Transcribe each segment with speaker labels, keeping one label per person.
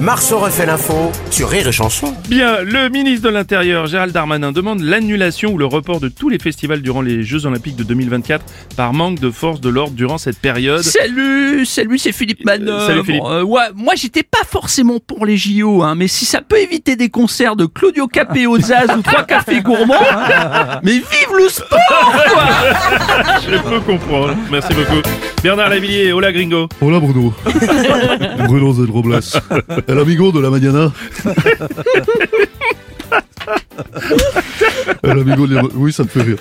Speaker 1: Marceau refait l'info sur Rire et Chanson.
Speaker 2: Bien, le ministre de l'Intérieur, Gérald Darmanin, demande l'annulation ou le report de tous les festivals durant les Jeux Olympiques de 2024 par manque de force de l'ordre durant cette période.
Speaker 3: Salut, salut, c'est Philippe Manœuvre.
Speaker 2: Euh, salut, Philippe.
Speaker 3: Euh, ouais, moi, j'étais pas forcément pour les JO, hein, mais si ça peut éviter des concerts de Claudio Capéo Zaz ou trois cafés gourmands, mais vive le sport, quoi
Speaker 2: Je peux comprendre. Merci beaucoup. Bernard Lavillier, hola gringo.
Speaker 4: Hola Bruno. Bruno Zed Robles. El amigo de la mañana. El amigo de la... Oui, ça me fait rire.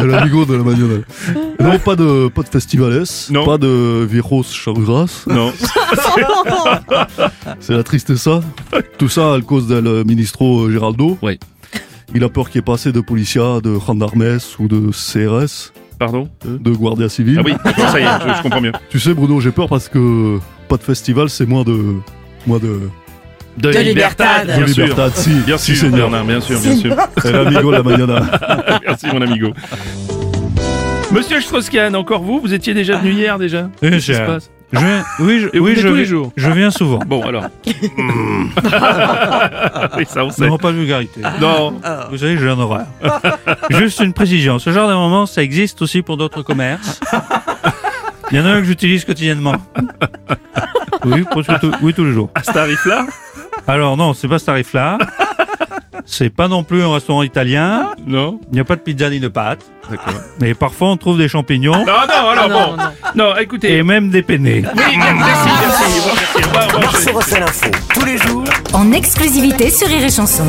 Speaker 4: El amigo de la mañana. Non, pas de, pas de festivales.
Speaker 2: Non.
Speaker 4: Pas de viejos chargras.
Speaker 2: Non.
Speaker 4: C'est la tristessa. Tout ça à cause del ministro euh, Géraldo.
Speaker 2: Oui.
Speaker 4: Il a peur qu'il y ait pas assez de policia, de gendarmes ou de CRS,
Speaker 2: Pardon
Speaker 4: de guardia civile.
Speaker 2: Hein? Ah oui, bon, ça y est, je, je comprends mieux.
Speaker 4: Tu sais, Bruno, j'ai peur parce que pas de festival, c'est moins de. moins de.
Speaker 2: De,
Speaker 5: libertad.
Speaker 4: de
Speaker 2: Bien sûr.
Speaker 4: libertad. Si,
Speaker 2: Bien
Speaker 4: si,
Speaker 2: sûr,
Speaker 4: Seigneur.
Speaker 2: Bernard, bien sûr, bien sûr.
Speaker 4: El amigo de la mañana.
Speaker 2: Merci, mon amigo. Monsieur Strauss-Kahn, encore vous Vous étiez déjà venu hier, déjà
Speaker 6: Oui,
Speaker 2: Qu'est-ce qui se
Speaker 6: cher.
Speaker 2: passe Ah.
Speaker 6: Je viens, oui, je,
Speaker 2: Et vous
Speaker 6: oui,
Speaker 2: venez
Speaker 6: je
Speaker 2: tous les
Speaker 6: viens-
Speaker 2: jours
Speaker 6: Je viens souvent.
Speaker 2: Bon, alors. oui, ça, on sait.
Speaker 6: Non, pas de vulgarité.
Speaker 2: Non.
Speaker 6: Vous savez, j'ai un horaire. Juste une précision. Ce genre d'amendement, ça existe aussi pour d'autres commerces. Il y en a un que j'utilise quotidiennement. Oui, presque tout- oui, tous les jours.
Speaker 2: À ce tarif-là
Speaker 6: Alors non, c'est pas ce tarif-là. C'est pas non plus un restaurant italien.
Speaker 2: Non.
Speaker 6: Il n'y a pas de pizza ni de pâtes. Mais parfois, on trouve des
Speaker 2: Non,
Speaker 6: champignons
Speaker 2: non, alors bon. Non, Ah, écoutez.
Speaker 6: et même des penne.
Speaker 2: Oui, bien, merci, merci. Bon, merci. Au revoir, au revoir.
Speaker 1: Marceau refait l'info tous les jours
Speaker 7: en exclusivité sur Rire et Chanson.